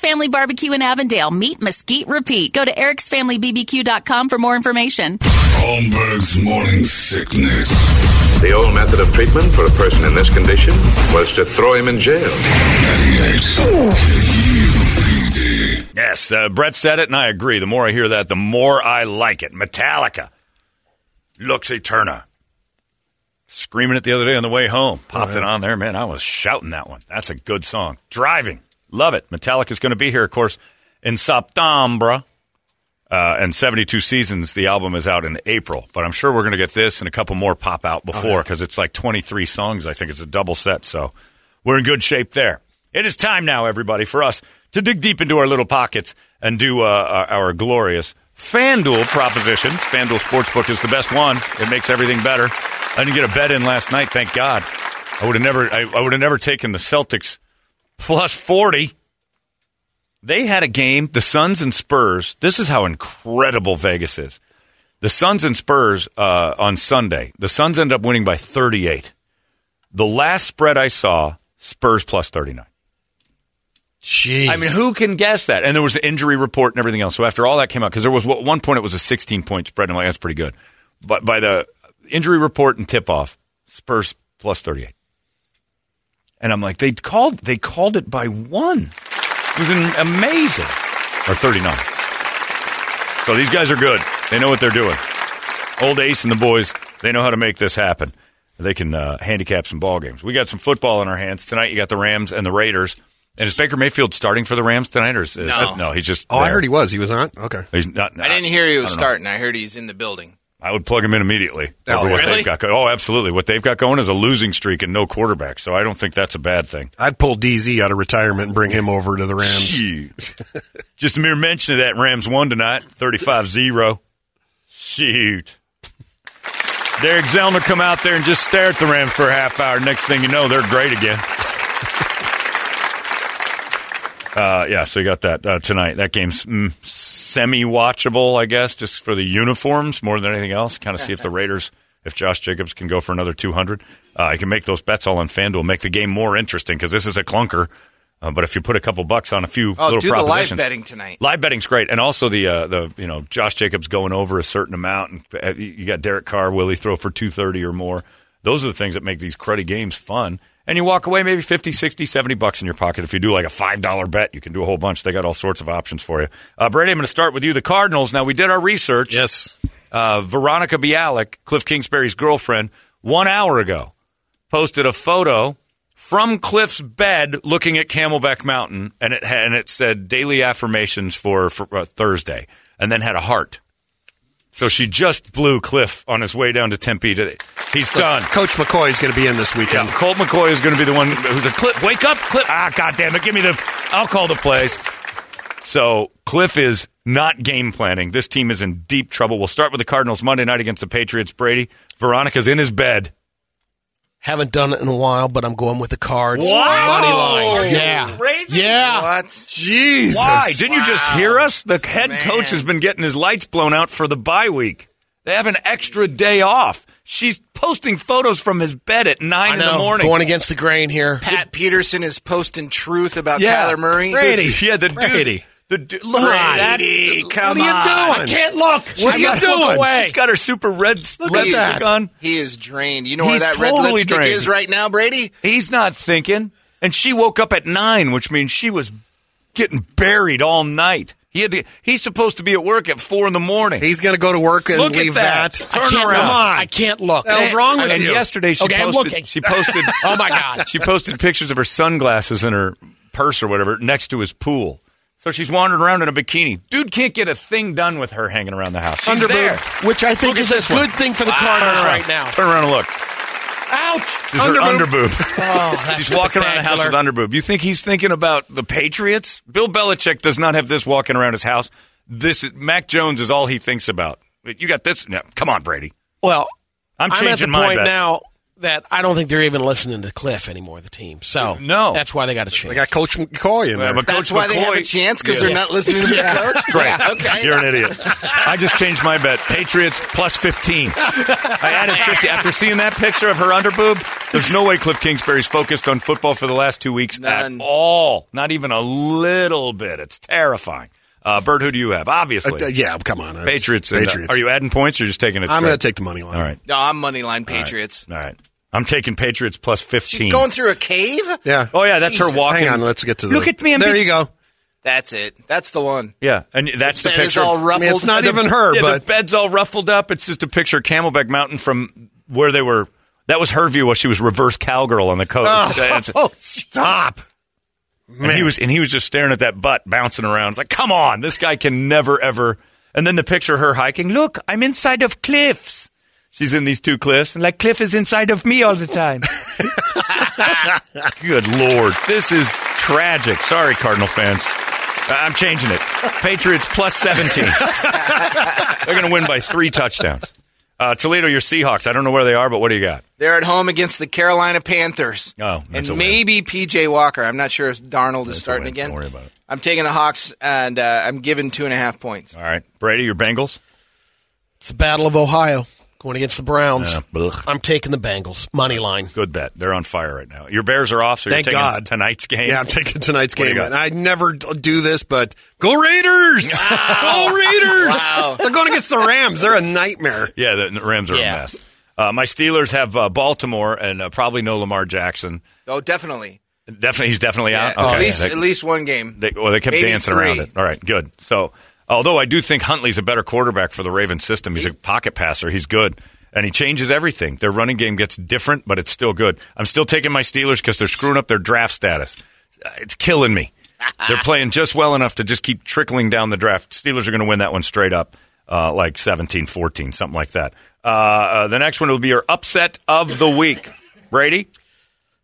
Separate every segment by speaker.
Speaker 1: Family Barbecue in Avondale. Meet, mesquite, repeat. Go to ericsfamilybbq.com for more information.
Speaker 2: Holmberg's morning sickness.
Speaker 3: The old method of treatment for a person in this condition was to throw him in jail.
Speaker 2: 98. KUPD.
Speaker 4: Yes, uh, Brett said it, and I agree. The more I hear that, the more I like it. Metallica, Lux Eterna. Screaming it the other day on the way home. Popped it on there, man. I was shouting that one. That's a good song. Driving, love it. Metallica's going to be here, of course, in September. Uh, and 72 Seasons, the album is out in April. But I'm sure we're going to get this and a couple more pop out before because it's like 23 songs. I think it's a double set. So we're in good shape there. It is time now, everybody, for us to dig deep into our little pockets and do uh, our, our glorious FanDuel propositions. FanDuel Sportsbook is the best one. It makes everything better. I didn't get a bet in last night, thank God. I would have never, I, I would have never taken the Celtics plus 40. They had a game, the Suns and Spurs. This is how incredible Vegas is. The Suns and Spurs uh, on Sunday, the Suns end up winning by 38. The last spread I saw, Spurs plus 39.
Speaker 5: Jeez.
Speaker 4: I mean, who can guess that? And there was an injury report and everything else. So after all that came out, because there was at one point it was a 16 point spread, and I'm like, that's pretty good. But by the injury report and tip off, Spurs plus 38. And I'm like, they called they called it by one. It was an amazing. Or 39. So these guys are good. They know what they're doing. Old Ace and the boys, they know how to make this happen. They can uh, handicap some ball games. We got some football in our hands tonight. You got the Rams and the Raiders. And is Baker Mayfield starting for the Rams tonight, or is, is
Speaker 5: No.
Speaker 4: no he's just?
Speaker 6: Oh, I
Speaker 4: there.
Speaker 6: heard he was. He was not. Okay.
Speaker 4: He's not.
Speaker 5: I didn't hear he was
Speaker 4: I don't know.
Speaker 5: starting. I heard he's in the building.
Speaker 4: I would plug him in immediately.
Speaker 6: Oh,
Speaker 4: over what
Speaker 5: really?
Speaker 4: they've got go- Oh, absolutely. What they've got going is a losing streak and no quarterback. So I don't think that's a bad thing.
Speaker 6: I'd pull DZ out of retirement and bring him over to the Rams.
Speaker 4: Shoot. Just a mere mention of that Rams won tonight, 35-0. Shoot. Derek Zellner come out there and just stare at the Rams for a half hour. Next thing you know, they're great again. Uh, yeah, so you got that uh, tonight. That game's mm, semi-watchable, I guess, just for the uniforms more than anything else. Kind of see if the Raiders, if Josh Jacobs can go for another 200. Uh, you can make those bets all on FanDuel, make the game more interesting because this is a clunker. Uh, but if you put a couple bucks on a few
Speaker 5: Oh,
Speaker 4: little
Speaker 5: do the live
Speaker 4: propositions,
Speaker 5: betting tonight.
Speaker 4: Live betting's great, and also the uh, the you know Josh Jacobs going over a certain amount, and uh, you- you got Derek Carr, will he throw for two thirty or more? Those are the things that make these cruddy games fun. And you walk away maybe 50, 60, 70 bucks in your pocket. If you do like a $5 bet, you can do a whole bunch. They got all sorts of options for you. Uh, Brady, I'm going to start with you. The Cardinals. Now, we did our research.
Speaker 6: Yes.
Speaker 4: Uh, Veronica Bialik, Cliff Kingsbury's girlfriend, one hour ago posted a photo from Cliff's bed looking at Camelback Mountain, and it had, and it said daily affirmations for, for uh, Thursday, and then had a heart. So she just blew Cliff on his way down to Tempe today. He's done.
Speaker 6: Coach McCoy is going to be in this weekend.
Speaker 4: Yeah, Colt McCoy is going to be the one who's a Cliff. Wake up, Cliff! Ah, goddamn it! Give me the. I'll call the plays. So Cliff is not game planning. This team is in deep trouble. We'll start with the Cardinals Monday night against the Patriots. Brady Veronica's in his bed.
Speaker 7: Haven't done it in a while, but I'm going with the cards.
Speaker 4: Wow.
Speaker 7: Money line.
Speaker 5: Oh,
Speaker 4: Are you
Speaker 7: yeah.
Speaker 4: raving?
Speaker 7: Yeah.
Speaker 5: What?
Speaker 6: Jesus.
Speaker 4: Why didn't you just
Speaker 5: Wow.
Speaker 4: hear us? The head
Speaker 5: Man.
Speaker 4: coach has been getting his lights blown out for the bye week. They have an extra day off. She's posting photos from his bed at
Speaker 7: I
Speaker 4: nine in
Speaker 7: know.
Speaker 4: the morning.
Speaker 7: Going against the grain here.
Speaker 5: Pat Peterson is posting truth about Kyler Murray.
Speaker 4: Brady. Yeah, the dude. The dude. Look, that's-
Speaker 5: Brady,
Speaker 4: what
Speaker 5: come
Speaker 4: are you
Speaker 5: on.
Speaker 4: doing?
Speaker 7: I can't look. What
Speaker 4: She's got- She's got her super red
Speaker 5: Look at
Speaker 4: lipstick
Speaker 5: that.
Speaker 4: on.
Speaker 5: He is drained. You know
Speaker 4: He's
Speaker 5: where that
Speaker 4: totally
Speaker 5: red lipstick
Speaker 4: drained.
Speaker 5: is right now, Brady?
Speaker 4: He's not thinking. And she woke up at nine, which means she was getting buried all night. He had to, he's supposed to be at work at four in the morning.
Speaker 6: He's going to go to work and
Speaker 4: Look at
Speaker 6: leave
Speaker 4: that.
Speaker 6: that.
Speaker 7: I
Speaker 4: Turn
Speaker 7: can't
Speaker 4: around.
Speaker 7: look. I can't look.
Speaker 6: The hell's wrong with
Speaker 4: and
Speaker 6: you?
Speaker 4: yesterday she
Speaker 7: Okay, I'm looking.
Speaker 4: posted she posted
Speaker 7: Oh, my God.
Speaker 4: she posted pictures of her sunglasses in her purse or whatever next to his pool So she's wandering around in a bikini. Dude can't get a thing done with her hanging around the house. She's
Speaker 7: Underboob,
Speaker 4: there.
Speaker 7: which I think
Speaker 4: Look at
Speaker 7: is a
Speaker 4: this one.
Speaker 7: good thing for the
Speaker 4: Ah,
Speaker 7: Cardinals
Speaker 4: turn around.
Speaker 7: right now.
Speaker 4: Turn around and look.
Speaker 7: Ouch!
Speaker 4: This is her underboob.
Speaker 7: Oh,
Speaker 4: She's walking around the house with underboob. You think he's thinking about the Patriots? Bill Belichick does not have this walking around his house. This is, Mac Jones is all he thinks about. You got this? No, come on, Brady.
Speaker 7: Well,
Speaker 4: I'm
Speaker 7: I'm at the
Speaker 4: changing my
Speaker 7: point
Speaker 4: bet.
Speaker 7: now that I don't think they're even listening to Cliff anymore. The team, so
Speaker 4: No.
Speaker 7: that's why they got to change.
Speaker 6: They got Coach McCoy in
Speaker 4: Yeah,
Speaker 6: there.
Speaker 4: but
Speaker 5: That's
Speaker 4: Coach
Speaker 5: why they have a
Speaker 4: McCoy-
Speaker 5: chance because
Speaker 4: Yeah.
Speaker 5: they're not listening to their coach.
Speaker 4: Right.
Speaker 5: Yeah, okay.
Speaker 4: You're an idiot. I just changed my bet. Patriots plus 15. I added 50. After seeing that picture of her underboob, there's no way Cliff Kingsbury's focused on football for the last two weeks
Speaker 5: None.
Speaker 4: at all. Not even a little bit. It's terrifying. Uh, Bird, who do you have? Obviously.
Speaker 6: Uh, yeah, come on.
Speaker 4: Patriots. and, uh,
Speaker 6: Patriots.
Speaker 4: are you adding points or just taking it
Speaker 6: I'm
Speaker 4: straight?
Speaker 6: going to take the money line.
Speaker 4: All right.
Speaker 5: No, I'm moneyline Patriots.
Speaker 4: All right. I'm taking Patriots plus 15.
Speaker 5: She's going through a cave.
Speaker 6: Yeah.
Speaker 4: oh, yeah. That's
Speaker 5: Jesus.
Speaker 4: her walking.
Speaker 6: Hang on. Let's get to the.
Speaker 4: Look at me and
Speaker 6: There
Speaker 4: be-
Speaker 6: you go.
Speaker 5: That's it. That's the one.
Speaker 4: Yeah, and that's the
Speaker 5: bed is
Speaker 4: picture.
Speaker 5: all ruffled. I mean, it's
Speaker 6: not even her,
Speaker 4: yeah,
Speaker 6: but-
Speaker 4: the bed's all ruffled up. It's just a picture of Camelback Mountain from where they were. That was her view while she was reverse cowgirl on the coast. That's-
Speaker 6: Oh, stop.
Speaker 4: and he was and he was just staring at that butt bouncing around. It's like, come on, this guy can never ever. And then the picture of her hiking. Look, I'm inside of cliffs. She's in these two cliffs, and like Cliff is inside of me all the time. Good lord, this is tragic. Sorry, Cardinal fans. I- I'm changing it. Patriots plus 17. They're going to win by three touchdowns. Uh, Toledo, your Seahawks. I don't know where they are, but what do you got?
Speaker 5: They're at home against the Carolina Panthers.
Speaker 4: Oh, that's
Speaker 5: and
Speaker 4: a win.
Speaker 5: maybe PJ Walker. I'm not sure if Darnold is starting
Speaker 4: win.
Speaker 5: again.
Speaker 4: Don't worry about it.
Speaker 5: I'm taking the Hawks, and uh, I'm giving two and a half points.
Speaker 4: All right, Brady, your Bengals.
Speaker 7: it's the Battle of Ohio going against the Browns.
Speaker 4: Uh, blech.
Speaker 7: I'm taking the Bengals money line.
Speaker 4: Good bet. They're on fire right now. Your Bears are off, so
Speaker 6: Thank
Speaker 4: you're taking
Speaker 6: God.
Speaker 4: tonight's game.
Speaker 6: Yeah, I'm taking tonight's
Speaker 4: What do you
Speaker 6: game.
Speaker 4: got?
Speaker 6: And I never d- do this, but go Raiders! Go Raiders!
Speaker 5: Wow.
Speaker 6: They're going against the Rams. They're a nightmare.
Speaker 4: Yeah, the Rams are
Speaker 7: Yeah.
Speaker 4: a mess. Uh, my Steelers have uh, Baltimore and uh, probably no Lamar Jackson.
Speaker 5: Oh, definitely.
Speaker 4: Definitely, he's definitely
Speaker 5: Yeah, Oh,
Speaker 4: out. Okay,
Speaker 5: At least
Speaker 4: They-
Speaker 5: at least one game.
Speaker 4: They, well, they kept
Speaker 5: Maybe
Speaker 4: dancing around
Speaker 5: three.
Speaker 4: it. All right, good. So, although I do think Huntley's a better quarterback for the Ravens system, he's a pocket passer. He's good, and he changes everything. Their running game gets different, but it's still good. I'm still taking my Steelers because they're screwing up their draft status. Uh, It's killing me. they're playing just well enough to just keep trickling down the draft. Steelers are going to win that one straight up, uh, like 17-14, something like that. Uh, uh, the next one will be your upset of the week. Brady,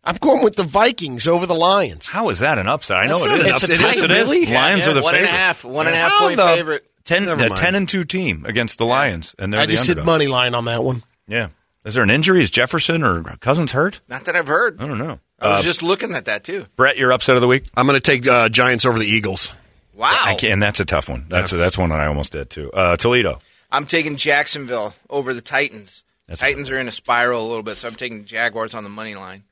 Speaker 7: I'm going with the Vikings over the Lions.
Speaker 4: how is that an upset? I know
Speaker 6: That's
Speaker 4: it
Speaker 6: not
Speaker 4: is.
Speaker 6: an upset.
Speaker 4: Yes, it is.
Speaker 6: Really?
Speaker 4: Lions
Speaker 5: Yeah,
Speaker 4: are the
Speaker 5: one and a
Speaker 4: favorites.
Speaker 5: half- one and a half
Speaker 4: How
Speaker 5: point
Speaker 4: the-
Speaker 5: favorite.
Speaker 4: Ten,
Speaker 6: Never
Speaker 4: a
Speaker 6: mind.
Speaker 4: ten and two team against the Lions, and they're
Speaker 7: I
Speaker 4: the
Speaker 7: just did
Speaker 4: underdog.
Speaker 7: money line on that one.
Speaker 4: Yeah, is there an injury? Is Jefferson or Cousins hurt?
Speaker 5: Not that I've heard.
Speaker 4: I don't know. Uh,
Speaker 5: I was just looking at that too.
Speaker 4: Brett, your upset of the week,
Speaker 6: I'm going to take uh, Giants over the Eagles.
Speaker 5: Wow.
Speaker 4: I can, and that's a tough one. That's that's one that I almost did too. Uh, Toledo,
Speaker 5: I'm taking Jacksonville over the Titans.
Speaker 4: That's
Speaker 5: Titans are in a spiral a little bit, so I'm taking the Jaguars on the money line.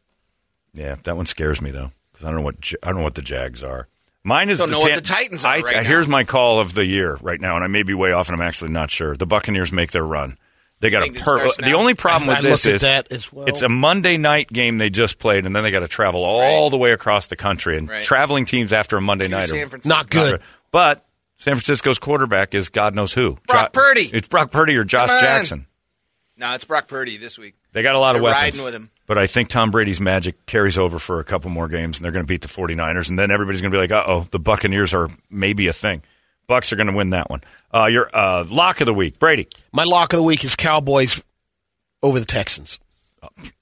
Speaker 4: yeah, that one scares me though because I don't know what Ja- I don't know what the Jags are. Mine is
Speaker 5: Don't
Speaker 4: the
Speaker 5: know what
Speaker 4: Tam-
Speaker 5: the Titans are
Speaker 4: I,
Speaker 5: right
Speaker 4: I-
Speaker 5: now.
Speaker 4: Here's my call of the year right now, and I may be way off, and I'm actually not sure. The Buccaneers make their run. They got a
Speaker 5: think this
Speaker 4: per-
Speaker 5: starts
Speaker 4: the
Speaker 5: now.
Speaker 4: only problem
Speaker 7: I
Speaker 4: with this
Speaker 7: look at
Speaker 4: is
Speaker 7: that as well.
Speaker 4: It's a Monday night game they just played, and then they got to travel all the way across the country. And
Speaker 5: Right.
Speaker 4: traveling teams after a Monday night
Speaker 5: San
Speaker 4: are
Speaker 5: Francisco.
Speaker 7: not good.
Speaker 4: But San Francisco's quarterback is God knows who.
Speaker 5: Brock Purdy.
Speaker 4: It's Brock Purdy or Josh
Speaker 5: Come on.
Speaker 4: Jackson.
Speaker 5: No, it's Brock Purdy this week.
Speaker 4: They got a lot of
Speaker 5: They're
Speaker 4: weapons.
Speaker 5: riding with him.
Speaker 4: But I think Tom Brady's magic carries over for a couple more games, and they're going to beat the 49ers, and then everybody's going to be like, uh oh, the Buccaneers are maybe a thing. Bucks are going to win that one. Uh, your uh, lock of the week, Brady.
Speaker 7: My lock of the week is Cowboys over the Texans.